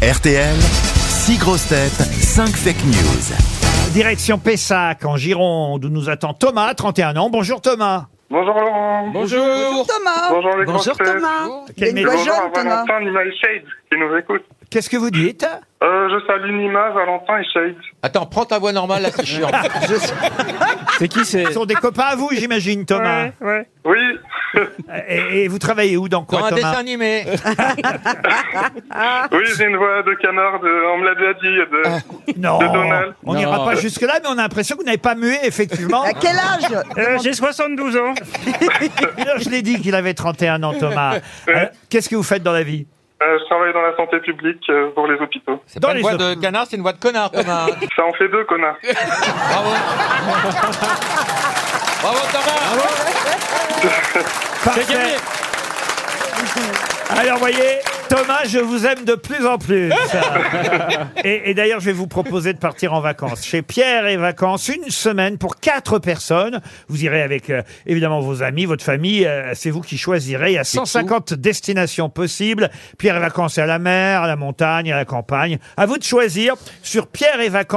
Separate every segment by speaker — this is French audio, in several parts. Speaker 1: RTL, 6 grosses têtes, 5 fake news.
Speaker 2: Direction Pessac, en Gironde, où nous attend Thomas, 31 ans. Bonjour Thomas.
Speaker 3: Bonjour Laurent.
Speaker 4: Bonjour
Speaker 5: Thomas.
Speaker 3: Bonjour les grosses
Speaker 4: Bonjour
Speaker 3: têtes.
Speaker 5: Thomas. Il y a
Speaker 2: Quelle
Speaker 5: une voix
Speaker 2: maison
Speaker 3: Bonjour à
Speaker 5: jaune, Thomas.
Speaker 3: Valentin Nima et Shade qui nous écoute.
Speaker 2: Qu'est-ce que vous dites
Speaker 3: Euh, je salue Nima, Valentin et Shade.
Speaker 4: Attends, prends ta voix normale, là, c'est chiant.
Speaker 6: C'est qui c'est
Speaker 2: Ce sont des copains à vous, j'imagine, Thomas.
Speaker 3: Oui,
Speaker 2: Et, et vous travaillez où, dans quoi,
Speaker 4: Dans un dessin
Speaker 2: Thomas
Speaker 4: animé.
Speaker 3: oui, j'ai une voix de canard, de... on me l'a déjà dit. De...
Speaker 2: Non,
Speaker 3: De Donald.
Speaker 2: on n'ira
Speaker 6: Non.
Speaker 2: pas jusque-là, mais on a l'impression que vous n'avez pas mué, effectivement.
Speaker 5: À quel âge
Speaker 7: J'ai 72 ans.
Speaker 2: Alors, je l'ai dit qu'il avait 31 ans, Thomas. Euh, Qu'est-ce que vous faites dans la vie
Speaker 3: Euh, je travaille dans la santé publique euh, pour les hôpitaux.
Speaker 4: C'est
Speaker 2: Dans
Speaker 4: pas une
Speaker 2: les
Speaker 4: voix
Speaker 2: autres.
Speaker 4: de canard, c'est une voix de connard, Thomas. hein.
Speaker 3: Ça en fait deux, connard.
Speaker 4: Bravo. Bravo, Thomas.
Speaker 2: Parfait. Alors, voyez, Thomas, je vous aime de plus en plus. et et d'ailleurs, je vais vous proposer de partir en vacances chez Pierre et Vacances, une semaine pour quatre personnes. Vous irez avec, euh, évidemment, vos amis, votre famille. euh, c'est vous qui choisirez. Il y a 150 destinations possibles. Pierre et Vacances est à la mer, à la montagne, à la campagne. À vous de choisir sur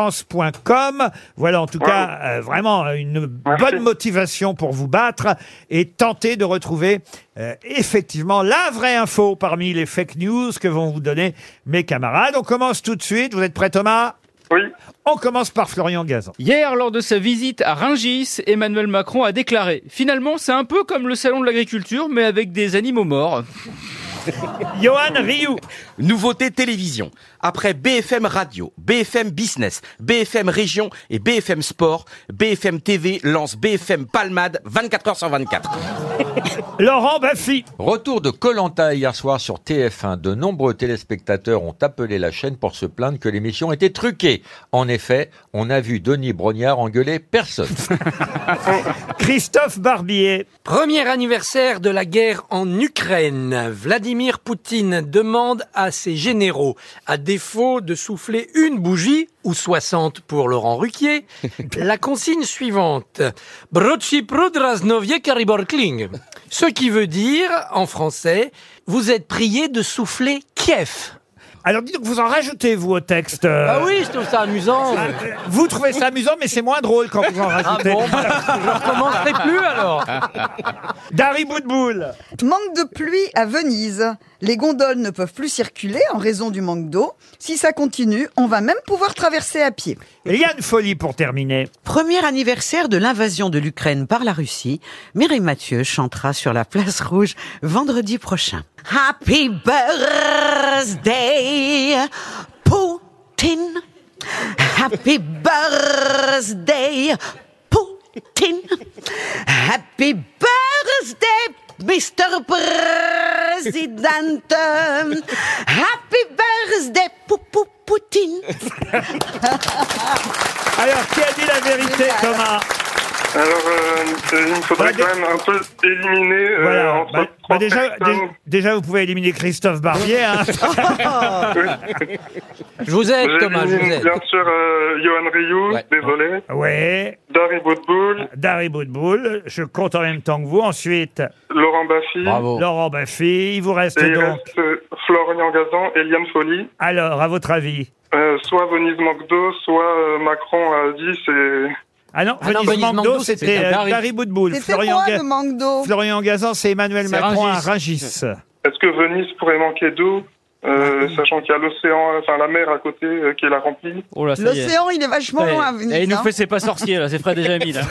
Speaker 2: pierre-et-vacances.com. Voilà, en tout
Speaker 3: Wow.
Speaker 2: cas, euh, vraiment euh, une
Speaker 3: Merci.
Speaker 2: bonne motivation pour vous battre et tenter de retrouver euh, effectivement la vraie info parmi les fake news que vont vous donner mes camarades. On commence tout de suite. Vous êtes prêts, Thomas
Speaker 3: Oui,
Speaker 2: On commence par Florian Gazan.
Speaker 6: Hier, lors de sa visite à Ringis, Emmanuel Macron a déclaré Finalement, c'est un peu comme le salon de l'agriculture, mais avec des animaux morts.
Speaker 2: Johan Rioux.
Speaker 8: Nouveauté télévision. Après BFM Radio, BFM Business, BFM Région et BFM Sport, BFM TV lance BFM Palmade 24h sur 24.
Speaker 2: Laurent Baffy.
Speaker 4: Retour de Colanta hier soir sur TF1. De nombreux téléspectateurs ont appelé la chaîne pour se plaindre que l'émission était truquée. En effet, on a vu Denis Brognard engueuler personne.
Speaker 2: Christophe Barbier.
Speaker 9: Premier anniversaire de la guerre en Ukraine. Vladimir Poutine demande à ses généraux, à défaut de souffler une bougie, ou 60 pour Laurent Ruquier, la consigne suivante. Broci prodraznovie kariborkling. Ce qui veut dire, en français, vous êtes prié de souffler Kiev.
Speaker 2: Alors, dites donc, vous en rajoutez, vous, au texte. euh,
Speaker 9: Ah oui, je trouve ça amusant.
Speaker 2: euh, Vous trouvez ça amusant, mais c'est moins drôle quand vous en
Speaker 9: Ah
Speaker 2: rajoutez.
Speaker 9: bon, bah, je recommencerai plus alors.
Speaker 2: Dari Boudboul.
Speaker 5: Manque de pluie à Venise. Les gondoles ne peuvent plus circuler en raison du manque d'eau. Si ça continue, on va même pouvoir traverser à pied.
Speaker 2: Et Yann Folie pour terminer.
Speaker 10: Premier anniversaire de l'invasion de l'Ukraine par la Russie, Mireille Mathieu chantera sur la place rouge vendredi prochain. Happy birthday, Poutine. Happy birthday, Poutine. Happy birthday, Mr. President. Happy birthday, pou, pou, Poutine.
Speaker 6: Euh,
Speaker 2: Alors, qui a dit la vérité, Thomas
Speaker 3: alors euh, il me faudrait
Speaker 2: Bah,
Speaker 3: quand même un peu éliminer euh,
Speaker 2: Voilà.
Speaker 3: entre
Speaker 2: Bah,
Speaker 3: trois
Speaker 2: bah, déjà,
Speaker 3: personnes.
Speaker 2: dé- déjà, vous pouvez éliminer Christophe Barbier. hein.
Speaker 9: Je vous aide Thomas, je vous
Speaker 3: J'élimine
Speaker 9: aide.
Speaker 3: bien sûr euh, Johan Rioux,
Speaker 4: Ouais.
Speaker 3: désolé,
Speaker 2: ouais.
Speaker 3: Dari Boudboul,
Speaker 2: Dari Boudboul. Je compte en même temps que vous. Ensuite,
Speaker 3: Laurent Baffy,
Speaker 2: Laurent Baffy. Il vous reste
Speaker 3: et il
Speaker 2: donc.
Speaker 3: reste euh, Florian Gazan et Liane Folly.
Speaker 2: Alors, à votre avis
Speaker 3: Euh, soit Venise manque d'eau, soit euh, Macron a dit c'est...
Speaker 2: Ah non,
Speaker 9: Ah non,
Speaker 2: Venise
Speaker 9: Venise
Speaker 2: Mando,
Speaker 9: Mando,
Speaker 2: c'était
Speaker 9: c'était
Speaker 2: euh,
Speaker 9: Dari-
Speaker 2: Dari Boudboul.
Speaker 5: C'était
Speaker 2: Florian,
Speaker 5: moi
Speaker 2: Ga-
Speaker 5: le manque d'eau.
Speaker 2: Florian Gazan, c'est Emmanuel
Speaker 6: C'est
Speaker 2: Macron à
Speaker 6: Rungis.
Speaker 2: Rungis.
Speaker 3: Est-ce que Venise pourrait manquer d'eau, euh, sachant qu'il y a l'océan, enfin la mer à côté euh, qui la remplit
Speaker 6: Oh là, ça y est.
Speaker 5: L'océan, il est vachement
Speaker 6: Ça y est.
Speaker 5: loin à Venise.
Speaker 6: Et il nous
Speaker 5: hein.
Speaker 6: fait c'est pas sorcier là, c'est Fred et Jamie là.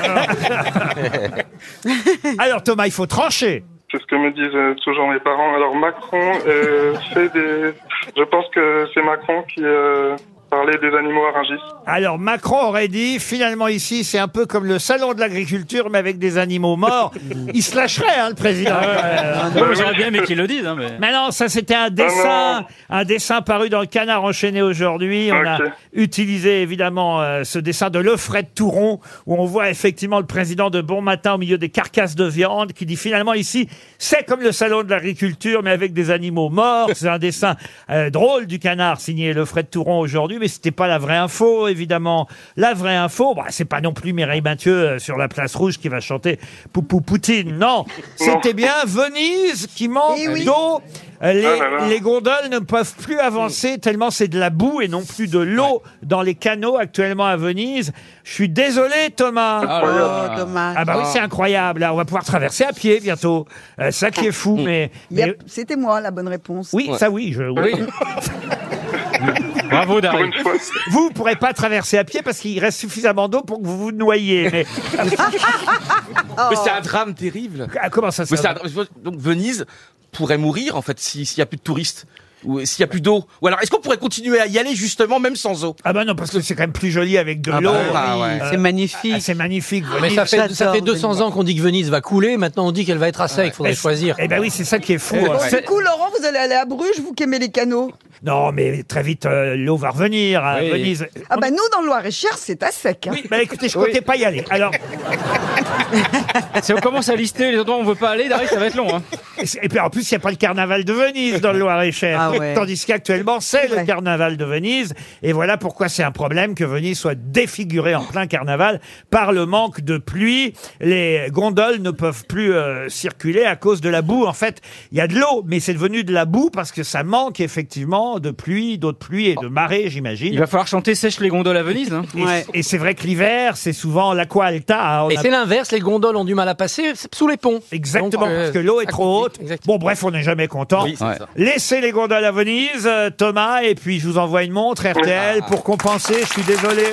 Speaker 2: Alors, Thomas, il faut trancher.
Speaker 3: C'est ce que me disent euh, toujours mes parents. Alors Macron euh, fait des... Je pense que c'est Macron qui euh, parlait des animaux à Rungis.
Speaker 2: Alors, Macron aurait dit, finalement, ici, c'est un peu comme le salon de l'agriculture, mais avec des animaux morts. il se lâcherait, hein, le
Speaker 9: Ah
Speaker 2: président. Euh,
Speaker 6: Non, mais J'aurais bien aimé qu'il le dise. Hein, mais...
Speaker 2: Mais non, ça c'était un dessin,
Speaker 3: non.
Speaker 2: un dessin paru dans le Canard enchaîné aujourd'hui. On a
Speaker 3: Ok.
Speaker 2: utilisé évidemment euh, ce dessin de Lefred Touron où on voit effectivement le président de Bon Matin au milieu des carcasses de viande qui dit finalement ici c'est comme le salon de l'agriculture mais avec des animaux morts. C'est un dessin euh, drôle du Canard signé Lefred Touron aujourd'hui. mais c'était pas la vraie info, évidemment. La vraie info, bah, c'est pas non plus Mireille Mathieu euh, sur la place rouge qui va chanter Poupou Poutine. Non, c'était bien Venise qui manque
Speaker 5: Eh oui.
Speaker 2: d'eau. Euh, Les,
Speaker 3: Ah là là.
Speaker 2: les gondoles ne peuvent plus avancer tellement c'est de la boue et non plus de l'eau dans les canaux actuellement à Venise. Je suis désolé, Thomas.
Speaker 10: Oh, dommage.
Speaker 2: Ah bah oui, c'est incroyable. Là, on va pouvoir traverser à pied bientôt. Euh, ça qui est fou, mais,
Speaker 5: Il y a-
Speaker 2: mais-
Speaker 5: C'était moi la bonne réponse.
Speaker 2: oui, ça oui. Je...
Speaker 6: Oui. Bravo,
Speaker 3: Pour
Speaker 6: Dari.
Speaker 3: une fois.
Speaker 2: Vous ne pourrez pas traverser à pied parce qu'il reste suffisamment d'eau pour que vous vous noyiez. Mais
Speaker 8: Mais
Speaker 10: Oh.
Speaker 8: c'est un drame terrible.
Speaker 2: Ah, comment ça se
Speaker 8: Mais c'est un drame. Donc Venise pourrait mourir en fait si- s'il n'y a plus de touristes ou s'il n'y a plus d'eau. Ou alors est-ce qu'on pourrait continuer à y aller justement même sans eau
Speaker 2: Ah bah non, parce que c'est quand même plus joli avec de l'eau.
Speaker 8: bah ouais.
Speaker 10: C'est
Speaker 2: Ah,
Speaker 10: magnifique.
Speaker 2: c'est magnifique.
Speaker 9: Mais
Speaker 2: Venise.
Speaker 9: ça fait, ça
Speaker 10: j'adore
Speaker 9: fait 200 ans qu'on dit que Venise va couler, maintenant on dit qu'elle va être à sec, il faudrait
Speaker 2: Eh,
Speaker 9: choisir.
Speaker 2: Eh ben oui, c'est ça qui est fou. hein.
Speaker 5: Bon,
Speaker 2: C'est-
Speaker 5: du coup, Laurent, vous allez aller à Bruges, vous qui aimez les canaux.
Speaker 2: Non, mais très vite, euh, l'eau va revenir à
Speaker 6: Oui.
Speaker 2: Venise.
Speaker 5: Ah bah nous, dans le Loir-et-Cher, c'est à sec. hein.
Speaker 2: Oui, bah écoutez, je comptais pas y aller. Alors,
Speaker 6: Si Ah, on commence à lister les endroits où on veut pas aller, Dari, ça va être long. Hein.
Speaker 2: et puis en plus, il n'y a pas le carnaval de Venise dans le Loir-et-Cher.
Speaker 10: Ah ouais.
Speaker 2: Tandis qu'actuellement, c'est le
Speaker 5: Ouais.
Speaker 2: carnaval de Venise. Et voilà pourquoi c'est un problème que Venise soit défigurée en plein carnaval par le manque de pluie. Les gondoles ne peuvent plus euh, circuler à cause de la boue. En fait, il y a de l'eau, mais c'est devenu de la boue parce que ça manque effectivement de pluie, d'autres pluies et de marées, j'imagine.
Speaker 6: Il va falloir chanter Sèche les gondoles à Venise. hein.
Speaker 2: Et-
Speaker 10: Ouais.
Speaker 2: Et, c'est vrai que l'hiver, c'est souvent l'aqua alta. hein. On
Speaker 9: Et
Speaker 2: a-
Speaker 9: c'est l'inverse, les gondoles ont du mal à passer sous les ponts.
Speaker 2: Exactement,
Speaker 9: Donc, euh,
Speaker 2: parce que l'eau est trop haute. Bon,
Speaker 9: Exactement.
Speaker 2: bref, on n'est jamais content.
Speaker 8: Oui, c'est ça.
Speaker 2: Laissez les gondoles à Venise, euh, Thomas, et puis je vous envoie une montre RTL pour compenser. Je suis désolé.